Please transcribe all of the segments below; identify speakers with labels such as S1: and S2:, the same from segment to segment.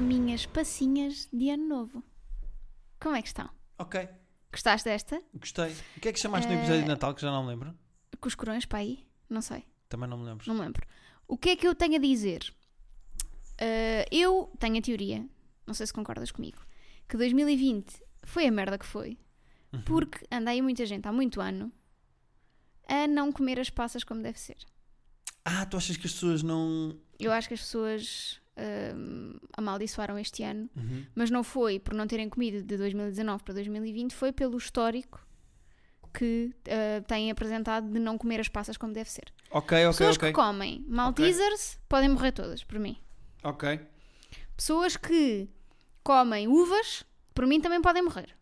S1: minhas passinhas de ano novo. Como é que estão?
S2: Ok,
S1: Gostaste desta?
S2: gostei. O que é que chamaste
S1: Eh,
S2: no episódio de Natal que já não me lembro?
S1: Com os corões para aí? Não sei,
S2: Também não me lembro.
S1: não me lembro. O que é que eu tenho a dizer? Eh, eu tenho a teoria, não sei se concordas comigo, que 2020 foi a merda que foi, porque anda aí muita gente há muito ano a não comer as passas como deve ser.
S2: Ah, tu achas que as pessoas não.
S1: Eu acho que as pessoas hum, amaldiçoaram este ano,
S2: Uhum.
S1: mas não foi por não terem comido de 2019 para 2020, foi pelo histórico que ah, têm apresentado de não comer as passas como deve ser.
S2: Ok, ok,
S1: pessoas
S2: ok.
S1: que comem maltesers podem morrer todas, por mim.
S2: Ok.
S1: Pessoas que comem uvas, por mim também podem morrer.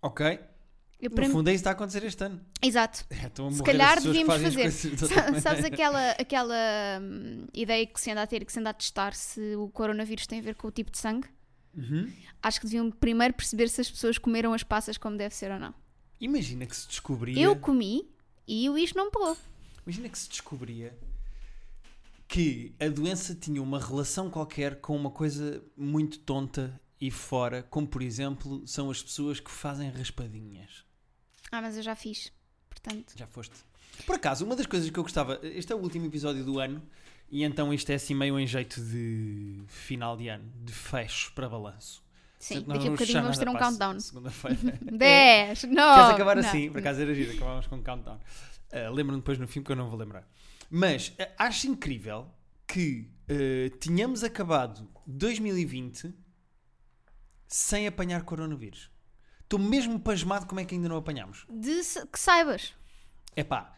S2: Ok.
S1: Eu, para
S2: No
S1: mim-
S2: fundo é isso que está a acontecer este ano.
S1: Exato.
S2: É, estão a
S1: Se
S2: morrer as
S1: calhar
S2: pessoas que
S1: devíamos
S2: fazem as
S1: fazer.
S2: coisas de outra
S1: Sa-
S2: maneira.
S1: Sabes aquela, aquela hum, ideia que se anda a ter, que se anda a testar se o coronavírus tem a ver com o tipo de sangue?
S2: Uhum.
S1: Acho que deviam primeiro perceber se as pessoas comeram as passas como deve ser ou não.
S2: Imagina que se descobria.
S1: Eu comi e isto não me pegou.
S2: Imagina que se descobria que a doença tinha uma relação qualquer com uma coisa muito tonta e fora, como por exemplo são as pessoas que fazem raspadinhas.
S1: Ah, mas eu já fiz. Portanto,
S2: Já foste. Por acaso, uma das coisas que eu gostava. Este é o último episódio do ano e então isto é assim meio em jeito de final de ano, de fecho para balanço.
S1: sim,
S2: Portanto, nós
S1: daqui a bocadinho
S2: fechar
S1: vamos ter
S2: nada
S1: um
S2: para a
S1: countdown.
S2: Segunda-feira.
S1: 10, 9.
S2: É. Queres acabar assim? Por acaso era giro, acabávamos com um countdown. Ah, Lembro-me depois no filme que eu não vou lembrar. Mas ah, acho incrível que ah, tínhamos acabado 2020 sem apanhar coronavírus. Estou mesmo pasmado como é que ainda não apanhámos.
S1: De se- que saibas.
S2: É pá,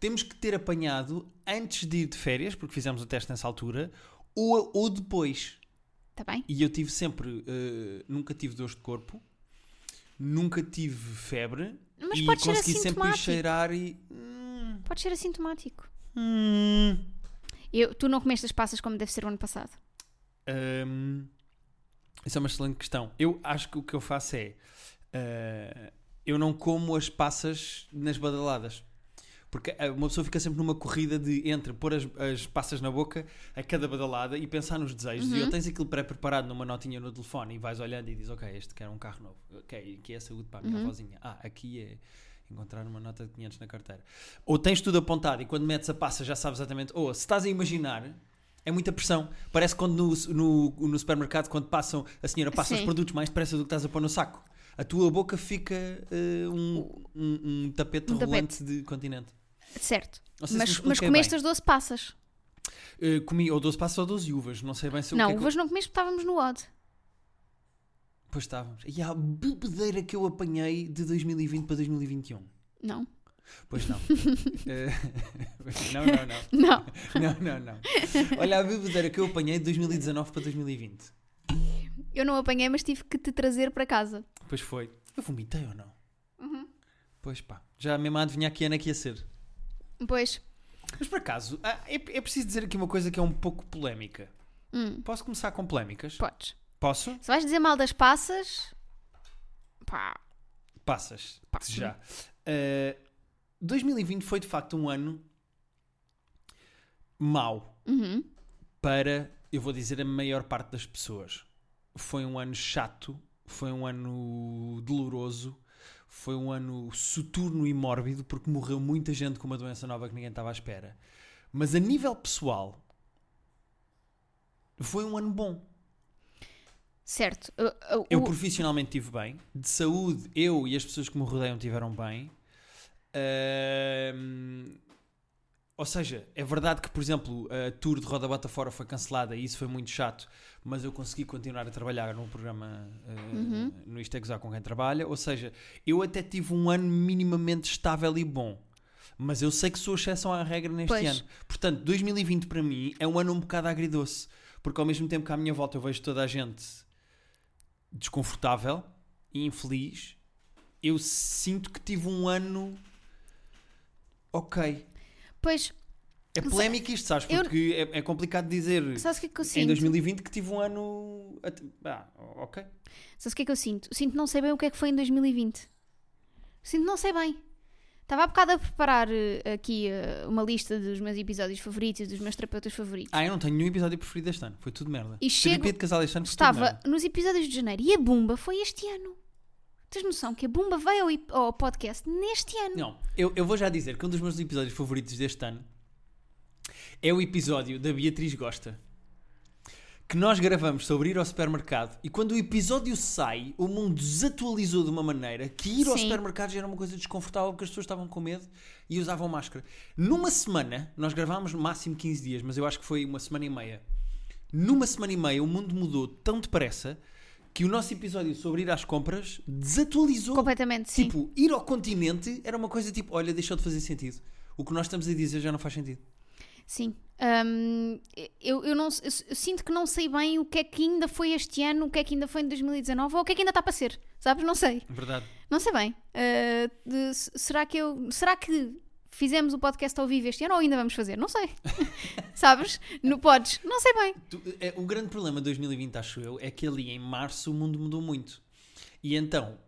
S2: temos que ter apanhado antes de ir de férias, porque fizemos o teste nessa altura, ou, ou depois.
S1: Está Tá bem?
S2: E eu tive sempre, eh, nunca tive dores de corpo, nunca tive febre
S1: Mas
S2: e
S1: pode ser
S2: consegui sempre
S1: assintomático.
S2: cheirar e. Hum,
S1: Pode ser assintomático.
S2: hum,
S1: Eu, tu não comeste as passas como deve ser o ano passado.
S2: hum. Isso é uma excelente questão. Eu acho que o que eu faço é. eh, eu não como as passas nas badaladas. Porque eh, uma pessoa fica sempre numa corrida de entre pôr as, as passas na boca a cada badalada e pensar nos desejos. E ou tens aquilo pré-preparado numa notinha no telefone e vais olhando e dizes: Ok, este quer um carro novo. Ok, aqui é saúde para a minha avózinha. Ah, aqui é encontrar uma nota de 500 na carteira. Ou tens tudo apontado e quando metes a passa já sabes exatamente. Ou se estás a imaginar. É muita pressão. Parece quando no, no, no supermercado, quando passam, a senhora passa os
S1: Sim.
S2: produtos mais depressa do que estás a pôr no saco. A tua boca fica eh, um, um, um tapete
S1: Um
S2: rolante de continente.
S1: Certo.
S2: Não sei
S1: mas
S2: se me
S1: mas
S2: expliquei
S1: comeste
S2: bem.
S1: as 12 passas.
S2: Eh, comi ou 12 passos ou 12 uvas, não sei bem se o
S1: não,
S2: que é que eu-
S1: uvas não comeste porque estávamos no odd.
S2: Pois estávamos. E a bebedeira que eu apanhei de 2020 para 2021.
S1: Não.
S2: Pois não. Eh, não, não, não.
S1: Não.
S2: Não, não, não. Olha a bebedeira que eu apanhei de 2019 para 2020.
S1: Eu não apanhei, mas tive que te trazer para casa.
S2: Pois foi. Eu vomitei ou não?
S1: Uhum.
S2: Pois pá. Já mesmo a adivinhar que ano é que ia ser.
S1: Pois.
S2: Mas por acaso, ah, é, é preciso dizer aqui uma coisa que é um pouco polémica.
S1: Hum,
S2: Posso começar com polémicas?
S1: podes.
S2: Posso?
S1: Se vais dizer mal das passas. Pá.
S2: Passas.
S1: Passo.
S2: Já. Eh, 2020 foi de facto um ano mau
S1: Uhum.
S2: para, eu vou dizer, a maior parte das pessoas. Foi um ano chato, foi um ano doloroso, foi um ano soturno e mórbido, porque morreu muita gente com uma doença nova que ninguém estava à espera. Mas a nível pessoal, foi um ano bom.
S1: Certo. Eu,
S2: Eu profissionalmente estive bem. De saúde, eu e as pessoas que me rodeiam tiveram bem. Ahm, ou seja, é verdade que, por exemplo, a tour de Roda Bota Fora foi cancelada e isso foi muito chato, mas eu consegui continuar a trabalhar num programa ah, no Isto é Gozar com quem trabalha. Ou seja, eu até tive um ano minimamente estável e bom. Mas eu sei que sou exceção à regra neste
S1: Pois.
S2: ano. Portanto, 2020 para mim é um ano um bocado agridoce. Porque ao mesmo tempo que à minha volta eu vejo toda a gente desconfortável e infeliz, eu sinto que tive um ano ok.
S1: Pois,
S2: É polémico isto, sabes?
S1: Eu-
S2: Porque é, é complicado dizer
S1: sabes o que é que eu
S2: em
S1: sinto?
S2: 2020 que tive um ano. at- Ah, ok.
S1: Sabes o que é que eu sinto? Sinto não sei bem o que é que foi em 2020. Sinto não sei bem. Estava há bocado a preparar eh, aqui eh, uma lista dos meus episódios favoritos, e dos meus terapeutas favoritos.
S2: Ah, eu não tenho nenhum episódio preferido este ano. Foi tudo merda.
S1: E chego-
S2: Terapia de casal este ano foi tudo
S1: Estava
S2: merda.
S1: nos episódios de janeiro e a Bumba foi este ano. Tens noção que a Bumba veio ao, ip- ao podcast neste ano?
S2: Não, eu, eu vou já dizer que um dos meus episódios favoritos deste ano é o episódio da Beatriz Gosta. Que nós gravamos sobre ir ao supermercado e quando o episódio sai, o mundo desatualizou de uma maneira que ir ao
S1: Sim.
S2: supermercado já era uma coisa desconfortável porque as pessoas estavam com medo e usavam máscara. Numa semana, nós gravámos no máximo 15 dias, mas eu acho que foi uma semana e meia. Numa semana e meia, o mundo mudou tão depressa que o nosso episódio sobre ir às compras desatualizou.
S1: Completamente, sim.
S2: Tipo, ir ao continente era uma coisa tipo, olha, deixou de fazer sentido. O que nós estamos a dizer já não faz sentido.
S1: Sim. Hum, eu, eu, não, eu, eu sinto que não sei bem o que é que ainda foi este ano, o que é que ainda foi em 2019 ou o que é que ainda está para ser. Sabes? Não sei.
S2: Verdade.
S1: Não sei bem. Uh, de- se- será que eu. Será que fizemos o podcast ao vivo este ano ou ainda vamos fazer? Não sei. Sabes? Não podes. Não sei bem.
S2: é, o grande problema de 2020, acho eu, é que ali em março o mundo mudou muito. E então,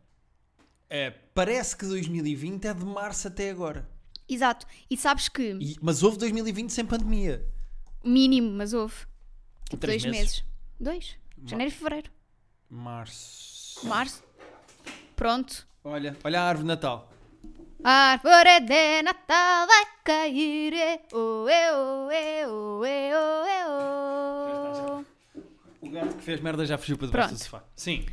S2: eh, parece que 2020 é de março até agora.
S1: Exato. E sabes que.
S2: E- mas houve 2020 sem pandemia.
S1: Mínimo, mas houve. Tipo
S2: Três
S1: dois
S2: meses.
S1: meses. Dois. Janeiro e fevereiro.
S2: Março.
S1: Março. Pronto.
S2: Olha, olha a árvore de Natal.
S1: A árvore de Natal vai cair. eh, oh, eh, oh, eh, oh, eh, oh, eh, oh.
S2: O gato que fez merda já fugiu para debaixo do
S1: Pronto.
S2: sofá. Sim.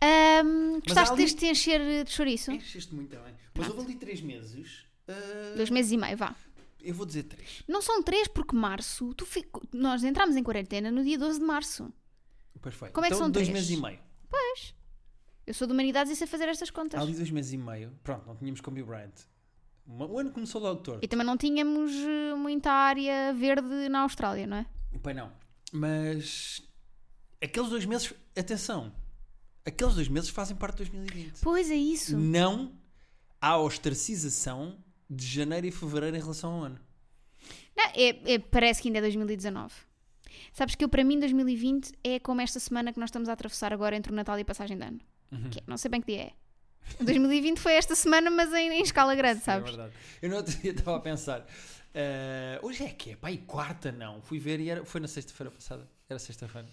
S1: Ahm, gostaste
S2: ali-
S1: deste de encher de chouriço?
S2: Encheste muito bem. Mas houve ali três meses. eh,
S1: Dois meses e meio, vá.
S2: eu vou dizer três.
S1: Não são três, porque março. Tu fi- Nós entramos em quarentena no dia 12 de março.
S2: Perfeito.
S1: Como é que
S2: então,
S1: são
S2: dois
S1: três?
S2: meses e meio.
S1: Eu sou de humanidades e sei fazer estas contas.
S2: Há ali dois meses e meio. Pronto, não tínhamos Kobe Bryant. Uma- O ano começou logo torto.
S1: E também não tínhamos eh, muita área verde na Austrália, não é?
S2: Pai, não. Mas. Aqueles dois meses. Atenção. Aqueles dois meses fazem parte de 2020.
S1: Pois é isso.
S2: Hum. Não há ostracização de janeiro e fevereiro em relação ao ano.
S1: Não, é- é- parece que ainda é 2019. Sabes que eu, para mim, 2020 é como esta semana que nós estamos a atravessar agora entre o Natal e a passagem de ano.
S2: Uhum.
S1: Que é- não sei bem que dia é. 2020 foi esta semana, mas em, em escala grande,
S2: É
S1: sabes?
S2: verdade. Eu não estava a pensar. eh, hoje é que é? Pai, quarta não. Fui ver e era, foi na sexta-feira passada. Era sexta-feira.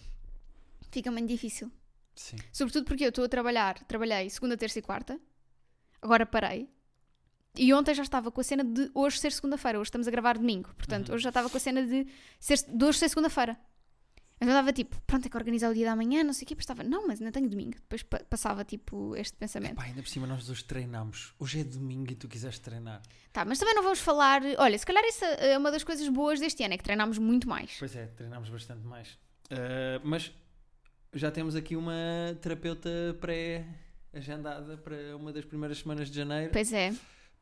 S1: Fica muito difícil.
S2: Sim.
S1: Sobretudo porque eu estou a trabalhar, trabalhei segunda, terça e quarta, agora parei. E ontem já estava com a cena de hoje ser segunda-feira, hoje estamos a gravar domingo, portanto, hoje já estava com a cena de, ser, de hoje ser segunda-feira. Então estava tipo, pronto, é que organizar o dia da manhã, não sei o quê, depois estava, não, mas ainda tenho domingo. Depois pa- passava tipo este pensamento.
S2: Pá, ainda por cima nós hoje treinámos. Hoje é domingo e tu quiseste treinar.
S1: Tá, mas também não vamos falar, olha, se calhar isso é uma das coisas boas deste ano, é que treinámos muito mais.
S2: Pois é, treinámos bastante mais. Ah, mas já temos aqui uma terapeuta pré-agendada para uma das primeiras semanas de janeiro
S1: Pois é,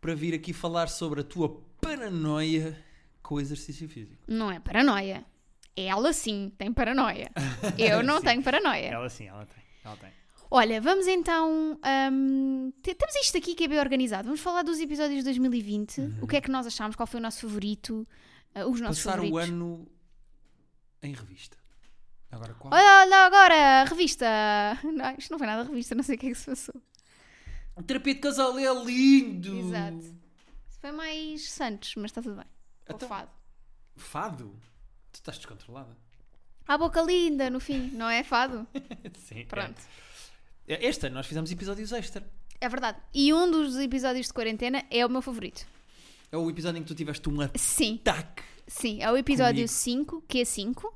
S2: para vir aqui falar sobre a tua paranoia com o exercício físico.
S1: não é paranoia. Ela sim tem paranoia. Eu não
S2: Sim.
S1: tenho paranoia.
S2: Ela sim, ela tem. Ela tem.
S1: Olha, vamos então. hum, te- temos isto aqui que é bem organizado. Vamos falar dos episódios de 2020. O que é que nós achámos? Qual foi o nosso favorito? ah, os nossos
S2: Uhum. Passar
S1: favoritos.
S2: o ano em revista. Agora qual?
S1: Olha, olha agora, revista. Não, isto não foi nada revista, não sei o que é que se passou.
S2: Terapia Um de casal é lindo!
S1: Exato. Isso Foi mais Santos, mas está tudo bem. Ou
S2: Então-
S1: fado.
S2: Fado? Tu estás descontrolada?
S1: A boca linda, no fim, não é fado?
S2: Sim. é.
S1: Pronto.
S2: Este ano nós fizemos episódios extra.
S1: É verdade. E um dos episódios de quarentena é o meu favorito.
S2: É o episódio em que tu tiveste um
S1: Sim,
S2: ataque.
S1: sim. É o episódio
S2: Comigo.
S1: 5,
S2: Uhum.
S1: que é 5.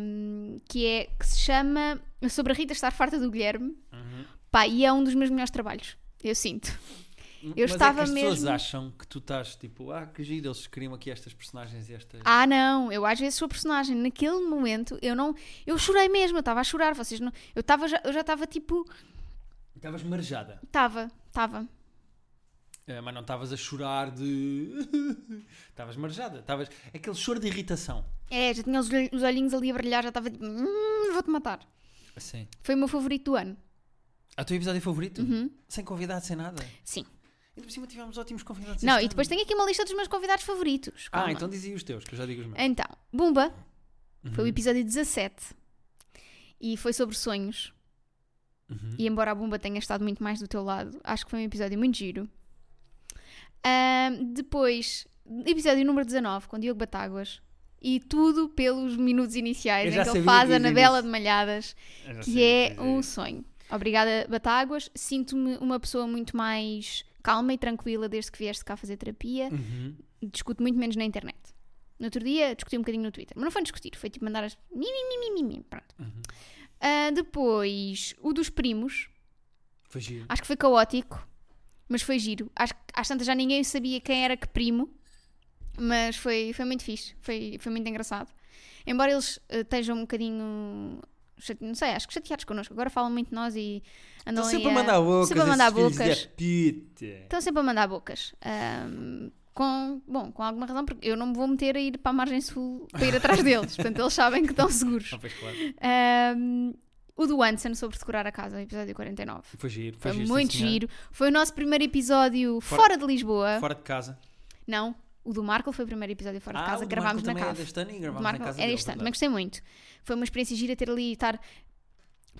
S1: um, que é que se chama Sobre a Rita estar farta do Guilherme.
S2: Uhum.
S1: Pá, e é um dos meus melhores trabalhos, eu sinto.
S2: Mas
S1: estava
S2: é que as pessoas
S1: mesmo-
S2: acham que tu estás tipo, ah, que giro, eles criam aqui estas personagens e estas.
S1: Ah, não, eu às vezes sou personagem. Naquele momento eu não. Eu chorei mesmo, eu estava a chorar. Vocês não. Eu, tava, já- eu já estava tipo.
S2: Estavas marejada,
S1: Estava, estava.
S2: Eh, mas não estavas a chorar de. Estavas marejada, estavas. Aquele choro de irritação.
S1: É, já tinha os, olh- os olhinhos ali a brilhar, já estava tipo. "Hum, vou-te matar.
S2: Sim.
S1: Foi o meu favorito do ano.
S2: É o teu episódio favorito?
S1: Uhum.
S2: Sem convidado, sem nada. E
S1: Sim.
S2: ainda por cima tivemos ótimos convidados.
S1: não,
S2: este
S1: e depois
S2: ano.
S1: tenho aqui uma lista dos meus convidados favoritos.
S2: Ah,
S1: Calma.
S2: então dizia os teus, que eu já digo os meus.
S1: Então, Bumba foi
S2: Uhum.
S1: o episódio 17 e foi sobre sonhos.
S2: Uhum.
S1: E embora a Bumba tenha estado muito mais do teu lado, acho que foi um episódio muito giro. Ahm, depois, episódio número 19, com Diogo Batáguas. E tudo pelos minutos
S2: Eu
S1: iniciais
S2: já
S1: em que ele
S2: sabia que
S1: faz
S2: ias
S1: a
S2: dizer
S1: Anabela
S2: isso.
S1: de Malhadas,
S2: Eu já
S1: que
S2: sabia
S1: é
S2: que
S1: um
S2: ia dizer
S1: sonho. Obrigada, Batáguas. Sinto-me uma pessoa muito mais calma e tranquila desde que vieste cá fazer terapia.
S2: isso. Uhum.
S1: Discuto muito menos na internet. No outro dia discuti um bocadinho no Twitter, mas não foi discutir, foi tipo mandar as. mi, mi, mi, mi, mi, mi, Pronto.
S2: Uhum.
S1: Ah, depois, o dos primos,
S2: Foi giro.
S1: Acho que foi caótico, mas foi giro. Acho que às tantas já ninguém sabia quem era que primo, mas foi, foi muito fixe, foi, foi muito engraçado. Embora eles eh, estejam um bocadinho. chate- Não sei, acho que chateados connosco. Agora falam muito de nós e andam
S2: Estão
S1: ali
S2: sempre a mandar bocas.
S1: Ah, é. sempre a mandar
S2: esses filhos
S1: bocas.
S2: da pita.
S1: Estão Então, sempre a mandar bocas. Ahm, com, bom, com alguma razão, porque eu não me vou meter a ir para a margem sul para ir atrás deles. Portanto, eles sabem que estão seguros.
S2: Não, pois claro.
S1: Ahm, o do Anson sobre decorar a casa, episódio 49.
S2: Foi giro. Foi,
S1: Foi
S2: giro, sim,
S1: muito
S2: senhora.
S1: giro. Foi o nosso primeiro episódio
S2: Fora-
S1: fora, de Lisboa.
S2: Fora de casa.
S1: Não, o do Marco foi o primeiro episódio fora
S2: Ah,
S1: de
S2: o
S1: casa.
S2: do
S1: gravámos
S2: Marco
S1: na
S2: também
S1: cave.
S2: É deste ano e
S1: O do
S2: gravámos
S1: Marco
S2: na casa
S1: era
S2: dele,
S1: distante, mas
S2: verdade.
S1: gostei muito. Foi uma experiência gira ter ali e estar.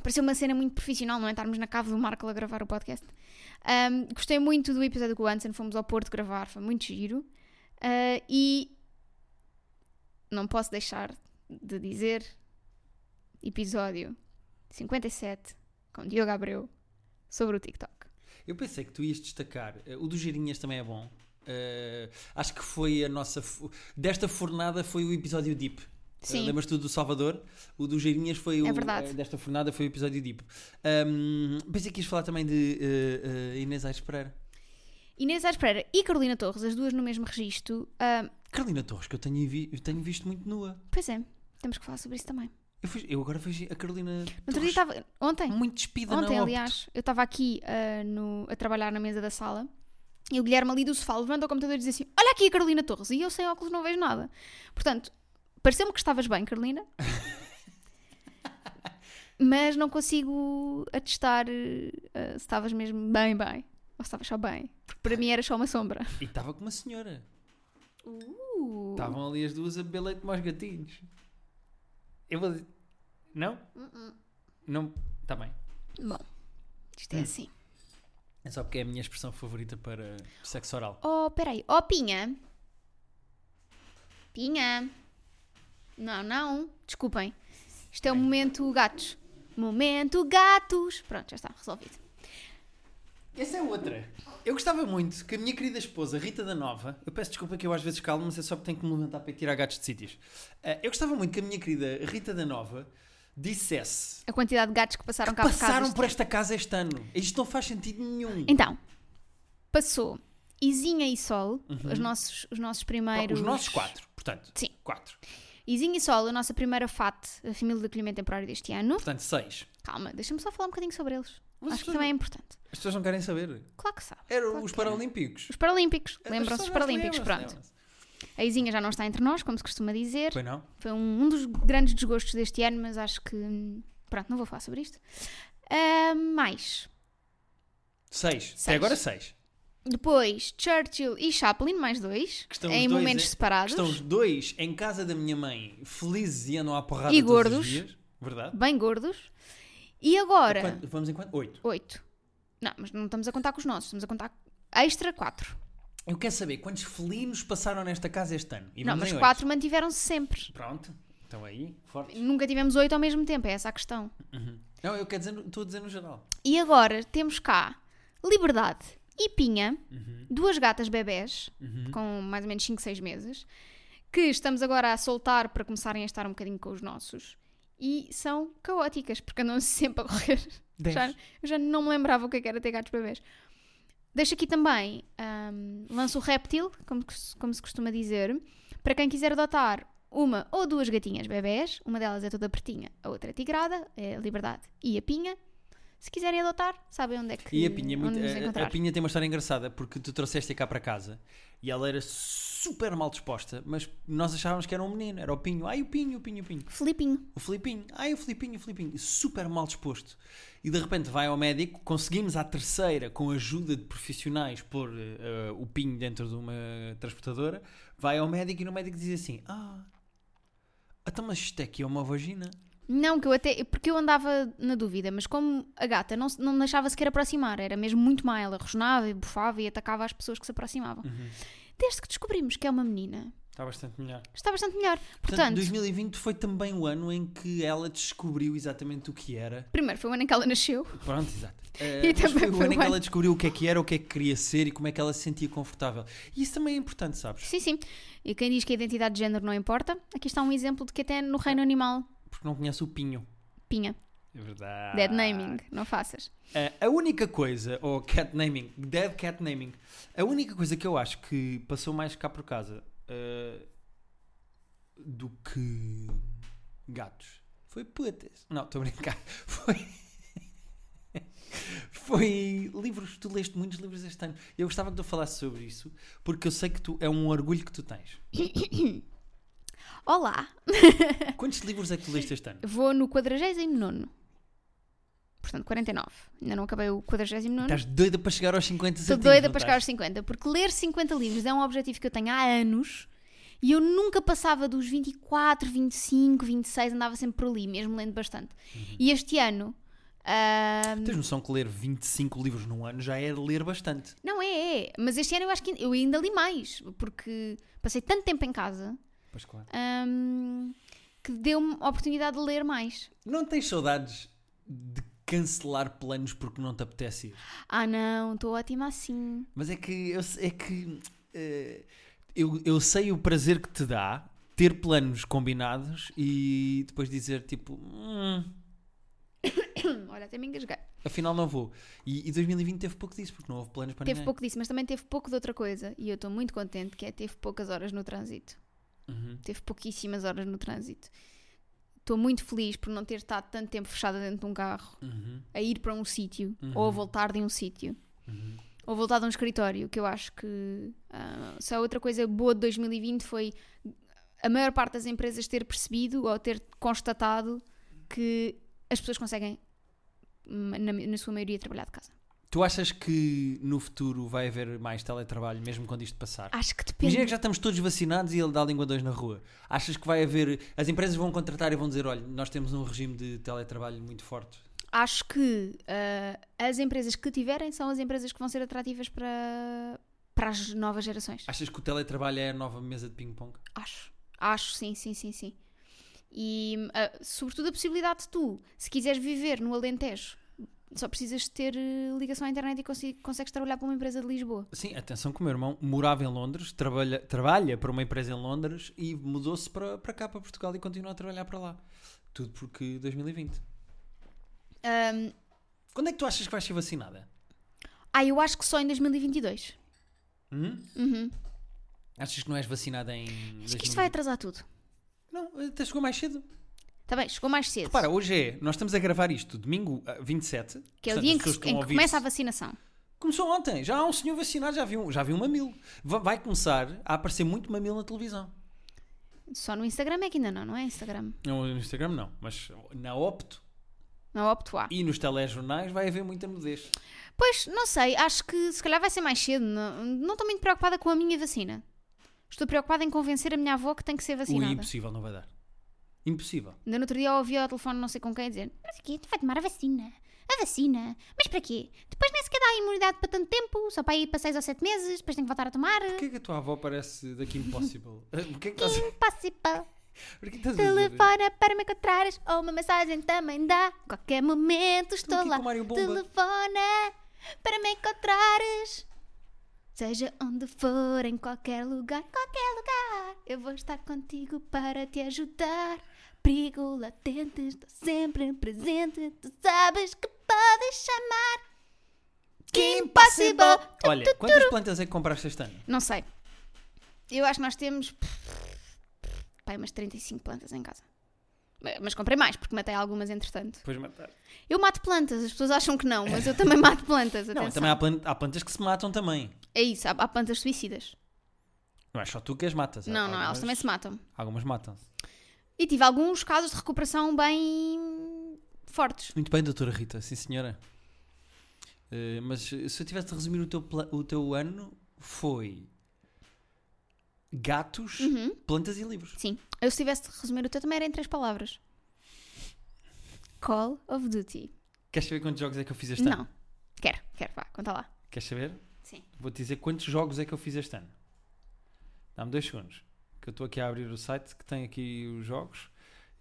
S1: Pareceu uma cena muito profissional, não é? Estarmos na cave do Marco a gravar o podcast. Ahm, gostei muito do episódio com o Anson. Fomos ao Porto gravar, foi muito giro. Ah, e não posso deixar de dizer: episódio 57 com Diogo Abreu sobre o TikTok.
S2: Eu pensei que tu ias destacar. eh, O do Girinhas também é bom. Eh, acho que foi a nossa. fo- Desta fornada foi o episódio Deep. Eh,
S1: Sim.
S2: Lembras-te do do Salvador? O do Girinhas foi o.
S1: É verdade.
S2: eh, Desta fornada foi o episódio Deep. Ahm, pensei que ias falar também de eh, eh, Inês Aires Pereira.
S1: Inês Aires Pereira e Carolina Torres, as duas no mesmo registro. ah,
S2: Carolina Torres, que eu tenho, vi- eu tenho visto muito nua.
S1: pois é, temos que falar sobre isso também.
S2: Eu, fui- eu agora vejo a Carolina
S1: No outro dia
S2: Torres
S1: estava. Ontem,
S2: muito despida na
S1: ontem
S2: Opto.
S1: aliás, eu estava aqui ah, no- a trabalhar na mesa da sala e o Guilherme ali do sofá levanta o computador e diz assim: Olha aqui a Carolina Torres, e eu sem óculos não vejo nada. Portanto, pareceu-me que estavas bem, Carolina. Mas não consigo atestar ah, se estavas mesmo bem, bem. Ou se estavas só bem. Porque para mim era só uma sombra.
S2: E estava com uma senhora.
S1: Uh.
S2: Estavam ali as duas a beber leite mais gatinhos. Eu vou dizer. Não?
S1: Uh-uh.
S2: Não. Está bem.
S1: Bom, isto é assim.
S2: É só porque é a minha expressão favorita para sexo oral.
S1: Oh, peraí. Oh, Pinha. Pinha. Não, não. Desculpem. Isto é o momento gatos. Momento gatos. Pronto, já está resolvido.
S2: Essa é outra. Eu gostava muito que a minha querida esposa, Rita da Nova, eu peço desculpa que eu às vezes calmo, mas é só porque tenho que me levantar para ir tirar gatos de sítios. Ah, eu gostava muito que a minha querida Rita da Nova dissesse
S1: A quantidade de gatos que passaram
S2: que
S1: cá por casa.
S2: passaram
S1: um este-
S2: por esta casa este ano. Isto não faz sentido nenhum.
S1: Então, passou Izinha e Sol, os, nossos, os nossos primeiros.
S2: Uhum. Os nossos quatro, portanto.
S1: Sim.
S2: Quatro.
S1: Izinha e Sol, a nossa primeira FAT, a família de acolhimento temporário deste ano.
S2: Portanto, seis.
S1: Calma, deixa-me só falar um bocadinho sobre eles.
S2: Mas
S1: Acho que
S2: tu-
S1: também é importante.
S2: As pessoas não querem saber.
S1: Claro que sabe.
S2: Eram
S1: claro
S2: os
S1: que é.
S2: Paralímpicos.
S1: Os Paralímpicos.
S2: As
S1: Lembram-se dos
S2: pessoas
S1: Paralímpicos,
S2: lembram-se,
S1: pronto.
S2: lembram-se.
S1: A Izinha já não está entre nós, como se costuma dizer.
S2: Foi não?
S1: Foi um, um dos grandes desgostos deste ano, mas acho que. hum, Pronto, não vou falar sobre isto. Ah, mais.
S2: Seis. Até
S1: Seis.
S2: agora seis.
S1: Depois, Churchill e Chaplin, mais dois.
S2: Que estão
S1: em
S2: os dois,
S1: momentos
S2: é? Que
S1: separados.
S2: Estão os dois em casa da minha mãe, felizes e andam à porrada
S1: E
S2: todos
S1: gordos.
S2: os dias. Verdade?
S1: Bem gordos. E agora.
S2: Quanto- vamos em quanto? Oito.
S1: Oito. Não, mas não estamos a contar com os nossos, estamos a contar. Extra quatro.
S2: Eu quero saber quantos felinos passaram nesta casa este ano. E
S1: não,
S2: vamos
S1: mas
S2: em oito.
S1: quatro mantiveram-se sempre.
S2: Pronto. Estão aí, fortes.
S1: Nunca tivemos oito ao mesmo tempo, é essa a questão.
S2: Não, eu quero dizer, no- estou a dizer no geral.
S1: E agora temos cá Liberdade e Pinha, duas gatas bebés, com mais ou menos 5, 6 meses, que estamos agora a soltar para começarem a estar um bocadinho com os nossos. E são caóticas, porque andam sempre a correr.
S2: Dez.
S1: Já, eu já não me lembrava o que é que era ter gatos bebés. Deixo aqui também, hum, lanço o réptil, como, se- como se costuma dizer, para quem quiser adotar uma ou duas gatinhas bebés, uma delas é toda pretinha, a outra é tigrada, é a liberdade e a pinha. Se quiserem adotar, sabem onde é que
S2: E a Pinha, é muito-
S1: onde nos
S2: a- a,
S1: encontrar.
S2: Pinha tem uma história engraçada porque tu trouxeste-a cá para casa e ela era super mal disposta, mas nós achávamos que era um menino, era o Pinho. Ai, o Pinho, o Pinho, o Pinho.
S1: Felipinho.
S2: O Filipinho, ai o Filipinho, o Filipinho, super mal disposto. E de repente vai ao médico, conseguimos à terceira, com a ajuda de profissionais, pôr eh, eh, o pinho dentro de uma transportadora. Vai ao médico e no médico diz assim: Ah, então mas isto aqui é uma vagina.
S1: Não, que eu até. Porque eu andava na dúvida, mas como a gata não, se- não deixava sequer aproximar, era mesmo muito má, ela rosnava e bufava e atacava as pessoas que se aproximavam.
S2: Uhum.
S1: Desde que descobrimos que é uma menina,
S2: Está bastante melhor.
S1: está bastante melhor.
S2: Portanto,
S1: Portanto,
S2: 2020 foi também o ano em que ela descobriu exatamente o que era.
S1: primeiro foi o ano em que ela nasceu.
S2: Pronto, exato. Eh,
S1: E
S2: mas
S1: também
S2: foi o
S1: foi
S2: ano em
S1: o
S2: que ela
S1: ano-
S2: descobriu o que é que era, o que é que queria ser e como é que ela se sentia confortável. E isso também é importante, sabes?
S1: Sim, sim. E quem diz que a identidade de género não importa, aqui está um exemplo de que até no reino animal,
S2: Porque não conhece o pinho.
S1: pinha,
S2: É verdade.
S1: dead naming, não faças.
S2: Eh, a única coisa, ou cat naming, dead cat naming, a única coisa que eu acho que passou mais cá por casa eh, do que gatos foi putas. Não, estou a brincar. Foi. Foi livros, tu leste muitos livros este ano. Eu gostava que tu falasses sobre isso, porque eu sei que tu é um orgulho que tu tens.
S1: Olá,
S2: Quantos livros é que tu leste este ano?
S1: vou no 49. Portanto, 49. Ainda não acabei o 49.
S2: Estás doida para chegar aos 50
S1: Estou
S2: centímetros,
S1: doida
S2: não
S1: para chegar
S2: estás?
S1: aos 50, porque ler 50 livros é um objetivo que eu tenho há anos e eu nunca passava dos 24, 25, 26, andava sempre por ali, mesmo lendo bastante. E este ano. ah, ahm,
S2: Tens noção que ler 25 livros num ano já é ler bastante.
S1: Não, é, é. Mas este ano eu acho que eu ainda li mais, porque passei tanto tempo em casa
S2: Pois claro.
S1: hum, que deu-me a oportunidade de ler mais.
S2: Não tens saudades de cancelar planos porque não te apetece ir?
S1: Ah, não, estou ótima assim.
S2: Mas é que eu, se- é que, eh, eu, eu sei o prazer que te dá ter planos combinados e depois dizer tipo, "Hum,
S1: Olha, até me engasguei.
S2: afinal não vou. E, e 2020 teve pouco disso porque não é. houve planos para
S1: Teve
S2: ninguém.
S1: pouco disso, mas também teve pouco de outra coisa. E eu estou muito contente, que é teve poucas horas no trânsito.
S2: Uhum.
S1: Teve pouquíssimas horas no trânsito. Estou muito feliz por não ter estado tanto tempo fechada dentro de um carro,
S2: Uhum.
S1: a ir para um sítio,
S2: Uhum.
S1: ou a voltar de um sítio.
S2: Uhum.
S1: ou voltar de um escritório, que eu acho que ah, se a outra coisa boa de 2020 foi a maior parte das empresas ter percebido ou ter constatado que as pessoas conseguem, hum, na, na sua maioria, trabalhar de casa.
S2: Tu achas que no futuro vai haver mais teletrabalho mesmo quando isto passar?
S1: Acho que depende.
S2: Imagina que já estamos todos vacinados e ele dá língua 2 na rua. Achas que vai haver. As empresas vão contratar e vão dizer: olha, nós temos um regime de teletrabalho muito forte.
S1: Acho que ah, as empresas que tiverem são as empresas que vão ser atrativas para, para as novas gerações.
S2: Achas que o teletrabalho é a nova mesa de ping-pong?
S1: Acho. Acho, sim, sim, sim, sim. E ah, sobretudo a possibilidade de tu, se quiseres viver no Alentejo, só precisas de ter eh, ligação à internet e consi- consegues trabalhar para uma empresa de Lisboa.
S2: Sim, atenção que o meu irmão morava em Londres, trabalha, trabalha para uma empresa em Londres e mudou-se para, para cá, para Portugal e continua a trabalhar para lá. Tudo porque 2020.
S1: Ahm,
S2: Quando é que tu achas que vais ser vacinada?
S1: ah, eu acho que só em 2022.
S2: Hum?
S1: Uhum.
S2: Achas que não és vacinada em.
S1: Acho que isto vai
S2: 2020?
S1: atrasar tudo.
S2: Não, até chegou mais cedo.
S1: Está bem, chegou mais cedo,
S2: Repara, hoje é. Nós estamos a gravar isto domingo ah, 27.
S1: que é o
S2: Portanto,
S1: dia em que,
S2: as pessoas
S1: em
S2: estão
S1: que
S2: ouvir
S1: começa a vacinação.
S2: Começou ontem, já há um senhor vacinado, já vi um, já vi um mamilo. Va- Vai começar a aparecer muito mamilo na televisão.
S1: Só no Instagram é que ainda não, não é Instagram?
S2: Não, no Instagram não, mas na Opto
S1: Não opto A.
S2: e nos telejornais vai haver muita nudez.
S1: Pois, não sei, acho que se calhar vai ser mais cedo. Não, não estou muito preocupada com a minha vacina. Estou preocupada em convencer a minha avó que tem que ser
S2: O
S1: vacinada.
S2: impossível não vai dar. Impossível.
S1: Ainda no outro dia eu ouvi ao telefone não sei com quem dizer Mas aqui, tu vai tomar a vacina. A vacina. Mas para quê? Depois nem sequer dá a imunidade para tanto tempo, só para ir para 6 ou 7 meses, depois tem que voltar a tomar.
S2: Porquê que a tua avó parece daqui impossible? Porquê que estás,
S1: Impossível.
S2: porquê que estás a dizer?
S1: Telefona para me encontrares ou uma mensagem também dá. Qualquer momento estou
S2: aqui
S1: lá.
S2: com Então o Mário Bomba.
S1: Telefona para me encontrares. Seja onde for, em qualquer lugar, qualquer lugar, eu vou estar contigo para te ajudar. Perigo latente, estou sempre presente. Tu sabes que podes chamar. Que impossível!
S2: é Olha, quantas plantas é que compraste este ano?
S1: Não sei. Eu acho que nós temos. Pai, umas 35 plantas em casa. Ma- Mas comprei mais, porque matei algumas entretanto.
S2: Depois matar.
S1: Eu mato plantas, as pessoas acham que não, mas eu também mato plantas.
S2: Não,
S1: Atenção.
S2: também há, plan- há plantas que se matam também.
S1: É isso, há, há plantas suicidas.
S2: Não é só tu que as matas. há-
S1: não, não, elas
S2: algumas-
S1: também se matam.
S2: Algumas matam-se.
S1: E tive alguns casos de recuperação bem fortes.
S2: Muito bem, doutora Rita, sim senhora. Eh, mas eh, se eu tivesse de resumir o teu, pla- o teu ano, foi gatos, plantas e livros.
S1: Uhum. Sim. Eu se tivesse de resumir o teu também era em três palavras. Call of Duty.
S2: Queres saber quantos jogos é que eu fiz este ano?
S1: Não. Quero, quero, vá, conta lá.
S2: Queres saber?
S1: Sim.
S2: Vou-te dizer quantos jogos é que eu fiz este ano. Dá-me dois segundos. Que eu estou aqui a abrir o site que tem aqui os jogos.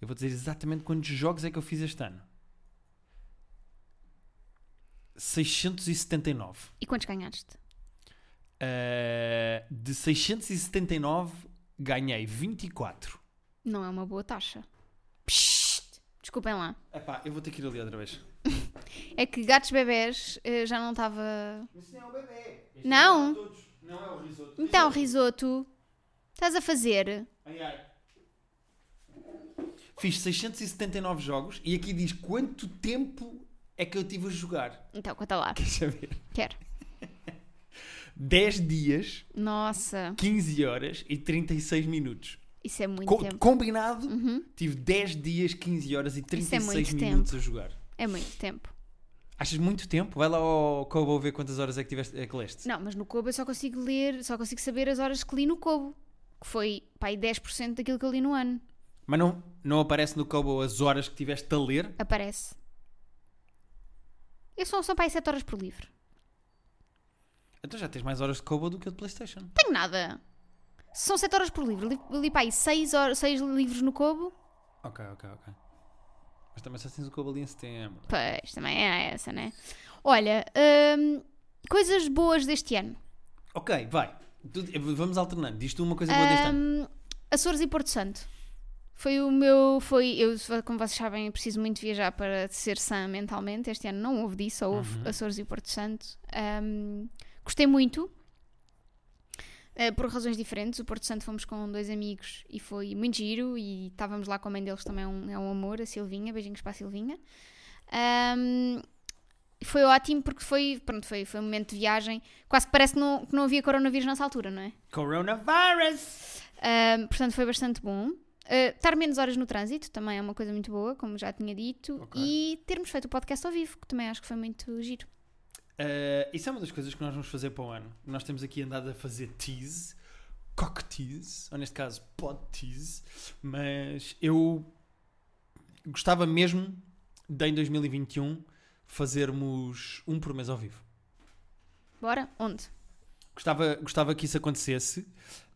S2: Eu vou dizer exatamente quantos jogos é que eu fiz este ano. 679.
S1: E quantos ganhaste?
S2: Eh, de 679, ganhei 24.
S1: Não é uma boa taxa. Desculpem lá.
S2: Epá, eu vou ter que ir ali outra vez.
S1: É que gatos bebés eh, já não estava.
S2: é
S1: Não.
S2: um Não é o risoto.
S1: Então, risoto, estás a fazer?
S2: Ai, ai. Fiz 679 jogos e aqui diz quanto tempo é que eu tive a jogar.
S1: Então, conta lá.
S2: Queres saber?
S1: Quero.
S2: 10 dias,
S1: Nossa,
S2: 15 horas e 36 minutos.
S1: isso é muito
S2: Co-
S1: tempo.
S2: combinado,
S1: Uhum,
S2: tive 10 dias, 15 horas e
S1: Isso é
S2: 36
S1: muito
S2: minutos a jogar.
S1: É muito tempo.
S2: Achas muito tempo? Vai lá ao Kobo ver quantas horas é que, tiveste, é que leste.
S1: Não, mas no Cobo eu só consigo ler, só consigo saber as horas que li no Cobo. Que foi, pai, 10% daquilo que eu li no ano.
S2: Mas não, não aparece no Kobo as horas que tiveste a ler?
S1: Aparece. Eu só sou pai 7 horas por livro.
S2: Então já tens mais horas de Kobo do que de Playstation.
S1: Tenho nada. São 7 horas por livro. Li, li pai, 6, horas, 6 livros no Cobo.
S2: Ok, ok, ok. Mas também só tens o Kobo ali em setembro.
S1: Pois, também é essa, né? Olha, hum, coisas boas deste ano.
S2: Ok, vai. Tu- Vamos alternando. Diz tu uma coisa boa deste ano.
S1: Hum, Açores e Porto Santo. Foi o meu. Foi, eu, como vocês sabem, eu preciso muito viajar para ser sã mentalmente. Este ano não houve disso, só houve
S2: Uhum.
S1: Açores e Porto Santo. Hum, gostei muito. eh, por razões diferentes, o Porto Santo fomos com dois amigos e foi muito giro. E estávamos lá com a mãe deles também, é um, é um amor, a Silvinha. Beijinhos para a Silvinha. Hum, foi ótimo porque foi, pronto, foi, foi um momento de viagem. Quase que parece que não, que não havia coronavírus nessa altura, não é?
S2: Coronavirus!
S1: Ahm, portanto, foi bastante bom. Ah, estar menos horas no trânsito também é uma coisa muito boa, como já tinha dito.
S2: Ok.
S1: E termos feito o podcast ao vivo, que também acho que foi muito giro.
S2: Eh, isso é uma das coisas que nós vamos fazer para o ano. Nós temos aqui andado a fazer tease, cock tease, ou neste caso pod tease, mas eu gostava mesmo de em 2021 fazermos um por mês ao vivo.
S1: Bora? Onde?
S2: Gostava, gostava que isso acontecesse.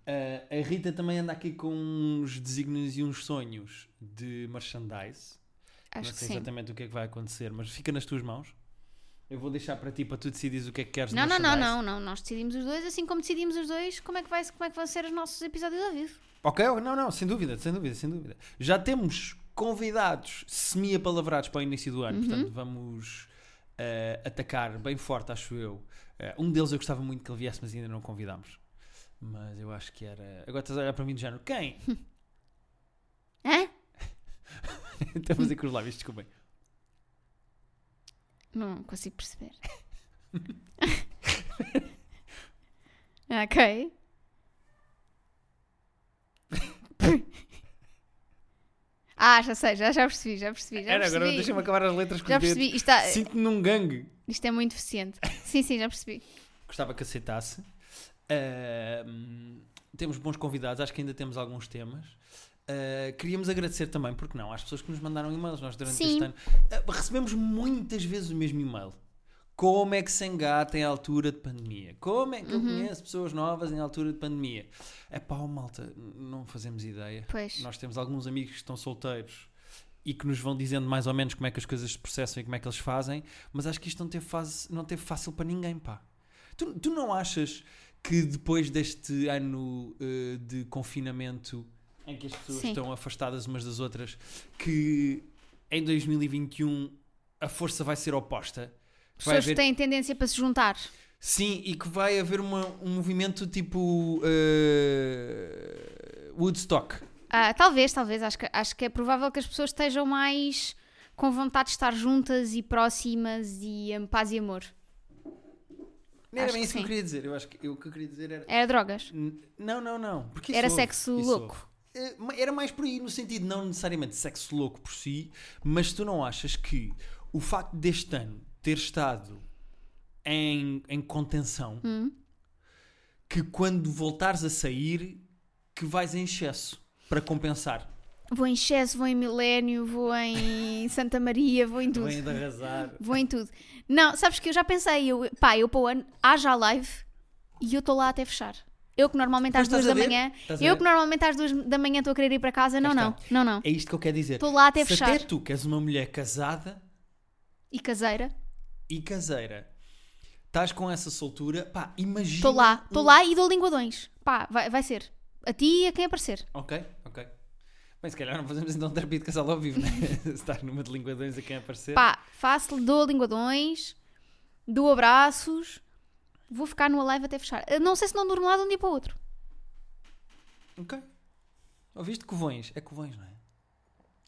S2: Eh, a Rita também anda aqui com uns desígnios e uns sonhos de merchandise.
S1: Acho
S2: não
S1: que
S2: sei
S1: sim.
S2: exatamente o que é que vai acontecer, mas fica nas tuas mãos. Eu vou deixar para ti, para tu decidires o que é que queres de
S1: Não, não, não,
S2: merchandise.
S1: não, não. Nós decidimos os dois, assim como decidimos os dois, como é que, vai, como é que vão ser os nossos episódios ao vivo?
S2: Ok, não, não, sem dúvida, sem dúvida, sem dúvida. Já temos convidados semi-apalavrados para o início do ano,
S1: Uhum.
S2: portanto vamos eh, atacar bem forte, acho eu. Eh, um deles eu gostava muito que ele viesse, mas ainda não o convidámos. Mas eu acho que era. Agora estás a olhar para mim do género. Quem?
S1: Hã?
S2: Estou a fazer com os lábios, desculpem.
S1: Não consigo perceber. ok. ah, já sei, já, já percebi, já percebi. Já
S2: Era,
S1: percebi.
S2: agora deixa-me acabar as letras com
S1: Já
S2: os dedos.
S1: percebi, Ah, isto, está-
S2: Sinto-me num gangue.
S1: isto é muito eficiente. Sim, sim, já percebi.
S2: gostava que aceitasse. Ahm, temos bons convidados, acho que ainda temos alguns temas. Ah, queríamos agradecer também, porque não, às pessoas que nos mandaram e-mails. Nós durante
S1: Sim.
S2: este ano ah, recebemos muitas vezes o mesmo e-mail. Como é que se engata em altura de pandemia? Como é que eu
S1: Uhum.
S2: conheço pessoas novas em altura de pandemia? É pá, malta, não fazemos ideia.
S1: Pois.
S2: Nós temos alguns amigos que estão solteiros e que nos vão dizendo mais ou menos como é que as coisas se processam e como é que eles fazem, mas acho que isto não teve, fase, não teve fácil para ninguém, pá. Tu, tu não achas que depois deste ano eh, de confinamento em que as pessoas
S1: Sim.
S2: estão afastadas umas das outras, que em 2021 a força vai ser oposta? Que vai
S1: Pessoas que
S2: haver-
S1: têm tendência para se juntar.
S2: Sim, e que vai haver uma- um movimento tipo eh, Woodstock.
S1: Ah, talvez, talvez. Acho que, acho que é provável que as pessoas estejam mais com vontade de estar juntas e próximas e em paz e amor.
S2: Não era
S1: Acho
S2: bem
S1: que
S2: isso que eu
S1: sim.
S2: queria dizer. Eu acho que eu- o que eu queria dizer era.
S1: Era drogas.
S2: N- Não, não, não. Porque isso
S1: Era
S2: houve,
S1: sexo
S2: isso
S1: louco.
S2: houve. Eh, ma- Era mais por aí, no sentido, não necessariamente sexo louco por si, mas tu não achas que o facto deste ano ter estado em, em contenção,
S1: Hum.
S2: que quando voltares a sair, que vais em excesso para compensar.
S1: Vou em excesso, vou em Milénio, vou em Santa Maria, vou em tudo.
S2: Vem de arrasar.
S1: Vou em tudo. Não, sabes que eu já pensei, eu, pá, eu para o ano haja live e eu estou lá até fechar. Eu que normalmente
S2: Pois,
S1: às duas
S2: estás a
S1: da
S2: ver?
S1: manhã,
S2: Estás a
S1: eu
S2: ver?
S1: que normalmente às duas da manhã estou a querer ir para casa, não,
S2: Cá
S1: não,
S2: está.
S1: não, não.
S2: É isto que eu quero dizer.
S1: Estou lá até
S2: Se
S1: fechar.
S2: até tu que és uma mulher casada
S1: E caseira,
S2: e caseira, estás com essa soltura, pá, imagina.
S1: estou lá, estou
S2: um-
S1: lá e dou linguadões. Pá, vai, vai ser. A ti e a quem aparecer.
S2: Ok, ok. Bem, se calhar não fazemos então terapia de casal ao vivo, né? se estás numa de linguadões a quem aparecer.
S1: Pá, faço-lhe, dou linguadões, dou abraços, vou ficar numa live até fechar. Eu Não sei se não durmo lá de um dia para o outro.
S2: Ok. Ouviste covões? É covões, não é?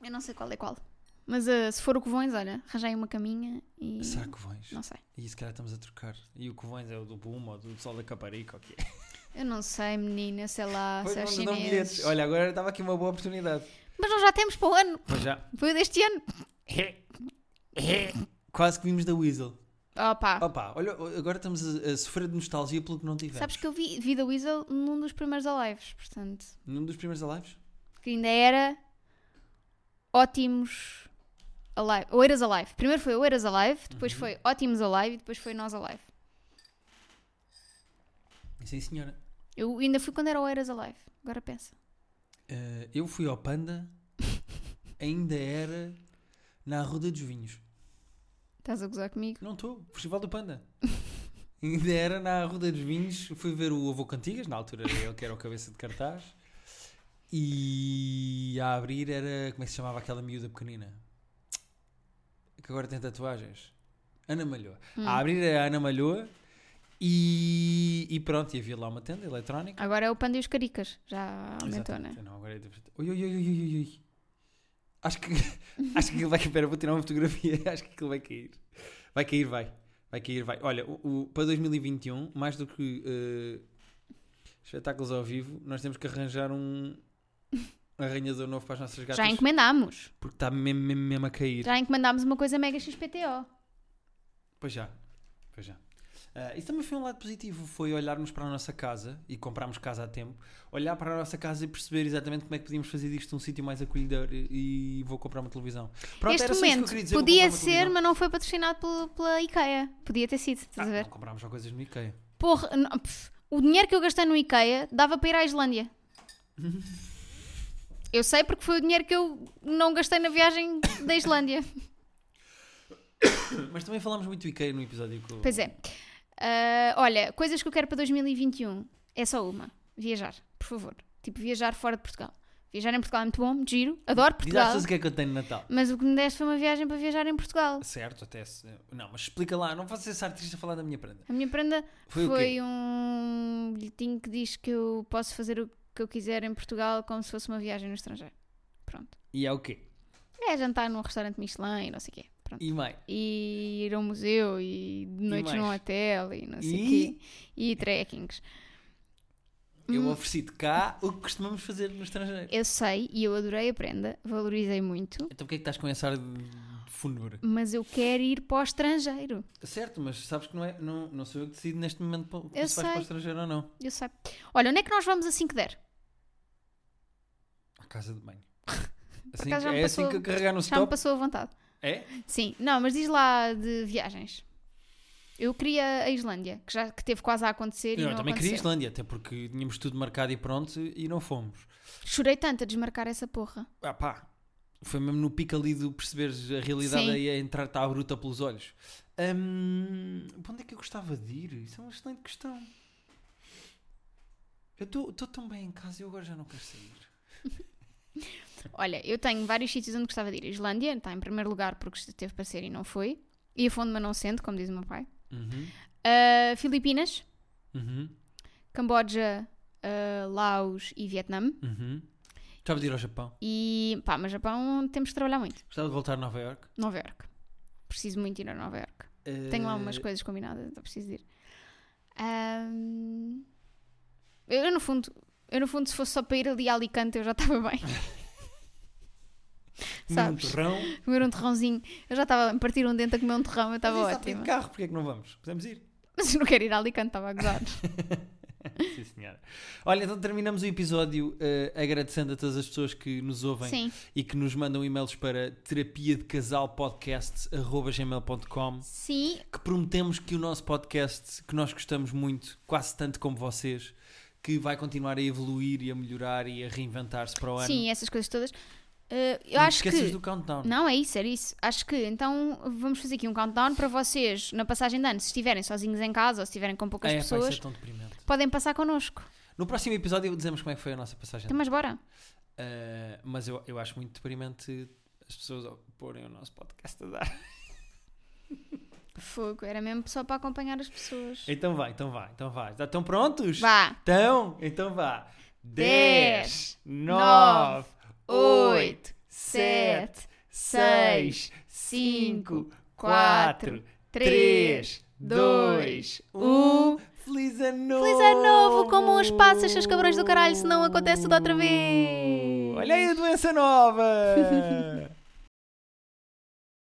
S1: Eu não sei qual é qual. Mas ah, se for o Covões, olha, arranjei uma caminha e.
S2: Será covões?
S1: Não sei.
S2: E se calhar estamos a trocar. E o covões é o do Puma ou do Sol da Caparica, ok?
S1: Eu não sei, menina, sei lá,
S2: Pois
S1: sei os
S2: não, não
S1: chineses.
S2: bilhetes. Olha, agora estava aqui uma boa oportunidade.
S1: Mas nós já temos para o ano.
S2: Pois já.
S1: Foi o deste ano.
S2: Quase que vimos da Weasel.
S1: Oh pá.
S2: Opa, olha, agora estamos a, a sofrer de nostalgia pelo que não tivemos.
S1: Sabes que eu vi, vi The Weasel num dos primeiros lives, portanto.
S2: Num dos primeiros lives?
S1: Que ainda era ótimos alive. Oeiras Alive. Primeiro foi Oeiras Alive,
S2: Uhum.
S1: depois foi Ótimos Alive e depois foi Nós Alive.
S2: Sim, senhora.
S1: Eu ainda fui quando era Oeiras Alive. Agora pensa.
S2: Eh, eu fui ao Panda, ainda era na Ruda dos Vinhos.
S1: Estás a gozar comigo?
S2: Não estou, Festival do Panda. Ainda era na Ruda dos Vinhos, fui ver o Avô Cantigas, na altura ele que era o cabeça de cartaz. E a abrir era, como é que se chamava aquela miúda pequenina? Que agora tem tatuagens. Ana Malhoa. A abrir era a Ana Malhoa e, e pronto, e havia lá uma tenda eletrónica.
S1: Agora é o Panda e os Caricas. Já aumentou, né?
S2: Exatamente. Não, agora é diferente. Ui, ui, ui, ui, ui, ui. Acho que, acho que aquilo vai cair. Espera, vou tirar uma fotografia. Acho que aquilo vai cair. Vai cair, vai. Vai cair, vai. Olha, o, o- para 2021, mais do que eh, espetáculos ao vivo, nós temos que arranjar um arranhador novo para as nossas gatas.
S1: Já encomendámos.
S2: Porque está mesmo, mesmo, mesmo a cair.
S1: Já encomendámos uma coisa mega XPTO.
S2: Pois já. Pois já. Ah, isso também foi um lado positivo, foi olharmos para a nossa casa e comprarmos casa a tempo, olhar para a nossa casa e perceber exatamente como é que podíamos fazer disto um sítio mais acolhedor e, e vou comprar uma televisão. Pronto,
S1: este
S2: era só isso que eu
S1: momento
S2: queria dizer, vou
S1: podia
S2: comprar uma
S1: ser,
S2: televisão.
S1: mas não foi patrocinado pela, pela IKEA. Podia ter sido, estás a
S2: Ah,
S1: ver?
S2: não comprámos só coisas no Ikea.
S1: Porra, não, pff, o dinheiro que eu gastei no IKEA dava para ir à Islândia. Eu sei porque foi o dinheiro que eu não gastei na viagem da Islândia.
S2: Mas também falámos muito do Ikea no episódio que eu-
S1: Pois é. Ah, olha, coisas que eu quero para 2021 é só uma: viajar, por favor. Tipo, viajar fora de Portugal. Viajar em Portugal é muito bom, muito giro, adoro
S2: Diz às
S1: Portugal.
S2: pessoas o que é que eu tenho de Natal.
S1: Mas o que me deste foi uma viagem para viajar em Portugal.
S2: Certo, até se... Não, mas explica lá, não faças esse artista falar da minha prenda.
S1: A minha prenda
S2: Foi
S1: foi,
S2: o quê?
S1: um bilhetinho que diz que eu posso fazer o que eu quiser em Portugal como se fosse uma viagem no estrangeiro. Pronto.
S2: E é o quê?
S1: É jantar num restaurante Michelin e não sei o quê. Pronto.
S2: E mãe,
S1: E ir a um museu e de noites num
S2: mais?
S1: hotel e não sei o
S2: E?
S1: quê. E trekkings.
S2: eu
S1: Hum.
S2: ofereci-te cá o que costumamos fazer no estrangeiro.
S1: Eu sei e eu adorei a prenda, valorizei muito,
S2: Então porquê é que estás com esse ar de funura?
S1: mas eu quero ir para o estrangeiro.
S2: Certo, mas sabes que não, é, não, não sou eu que decido neste momento pa-
S1: Eu
S2: se vais para o
S1: sei.
S2: estrangeiro ou não.
S1: Eu sei. Olha, onde é que nós vamos assim que der?
S2: À casa de banho. Assim,
S1: acaso já me
S2: é assim
S1: passou-
S2: que eu carregar no
S1: Já me
S2: stop.
S1: passou um a vontade.
S2: É?
S1: Sim, não, mas diz lá de viagens. Eu queria a Islândia, que já que teve quase a acontecer e
S2: Eu
S1: não
S2: também queria
S1: aconteceu.
S2: Islândia, até porque tínhamos tudo marcado e pronto e não fomos.
S1: Chorei tanto a desmarcar essa porra.
S2: Ah pá, foi mesmo no pico ali de perceberes a realidade
S1: Sim.
S2: aí a entrar-te à bruta pelos olhos. Hum, para onde é que eu gostava de ir? Isso é uma excelente questão. Eu estou tão bem em casa e eu agora já não quero sair.
S1: Olha, eu tenho vários sítios onde gostava de ir. A Islândia está em primeiro lugar porque teve para ser e não foi. E a fundo, mas não sendo, como diz o meu pai.
S2: Uhum.
S1: Ah, Filipinas,
S2: Uhum.
S1: Camboja, ah, Laos e Vietnã.
S2: Uhum. Gostava de ir ao Japão.
S1: E pá, mas Japão temos de trabalhar muito.
S2: Gostava de voltar a Nova Iorque.
S1: Nova York. Preciso muito ir a Nova York. Tenho lá umas
S2: Eh,
S1: coisas combinadas, então preciso de ir. Ahm, eu, eu no fundo, eu no fundo, se fosse só para ir ali a Alicante, eu já estava bem. Sabes?
S2: Um terrão.
S1: Comer um terrãozinho, eu já estava a partir um dente a comer um terrão, eu estava
S2: Mas isso dá para ir
S1: ótima.
S2: de carro, porque é que não vamos? Podemos ir?
S1: Mas eu não quero ir a Alicante, estava a gozar.
S2: Sim, senhora. Olha, então terminamos o episódio eh, agradecendo a todas as pessoas que nos ouvem
S1: Sim.
S2: e que nos mandam e-mails para terapia de casal podcast.gmail.com
S1: Sim.
S2: que prometemos que o nosso podcast, que nós gostamos muito, quase tanto como vocês, que vai continuar a evoluir e a melhorar e a reinventar-se para o ano.
S1: Sim, essas coisas todas. Eh, eu
S2: Não te
S1: acho
S2: esqueças
S1: que.
S2: do countdown.
S1: Não, é isso, era isso. Acho que então vamos fazer aqui um countdown para vocês, na passagem de ano, se estiverem sozinhos em casa ou se estiverem com poucas
S2: é, pá,
S1: pessoas,
S2: isso é tão deprimente.
S1: podem passar connosco.
S2: No próximo episódio dizemos como é que foi a nossa passagem.
S1: Então, mas bora.
S2: Ah, mas eu, eu acho muito deprimente as pessoas porem o nosso podcast a dar.
S1: Fogo, era mesmo só para acompanhar as pessoas.
S2: Então vai, então vai, então vai. Já estão prontos?
S1: Vá.
S2: Então, então vá.
S1: Dez,
S2: 10, 9, 8,
S1: oito,
S2: 7,
S1: sete,
S2: 6,
S1: cinco,
S2: 5, 4,
S1: três,
S2: 3, 2,
S1: um.
S2: 1. Feliz ano novo!
S1: Feliz ano novo! Comam os passas, seus cabrões do caralho, senão acontece tudo outra vez!
S2: Olha aí a doença nova!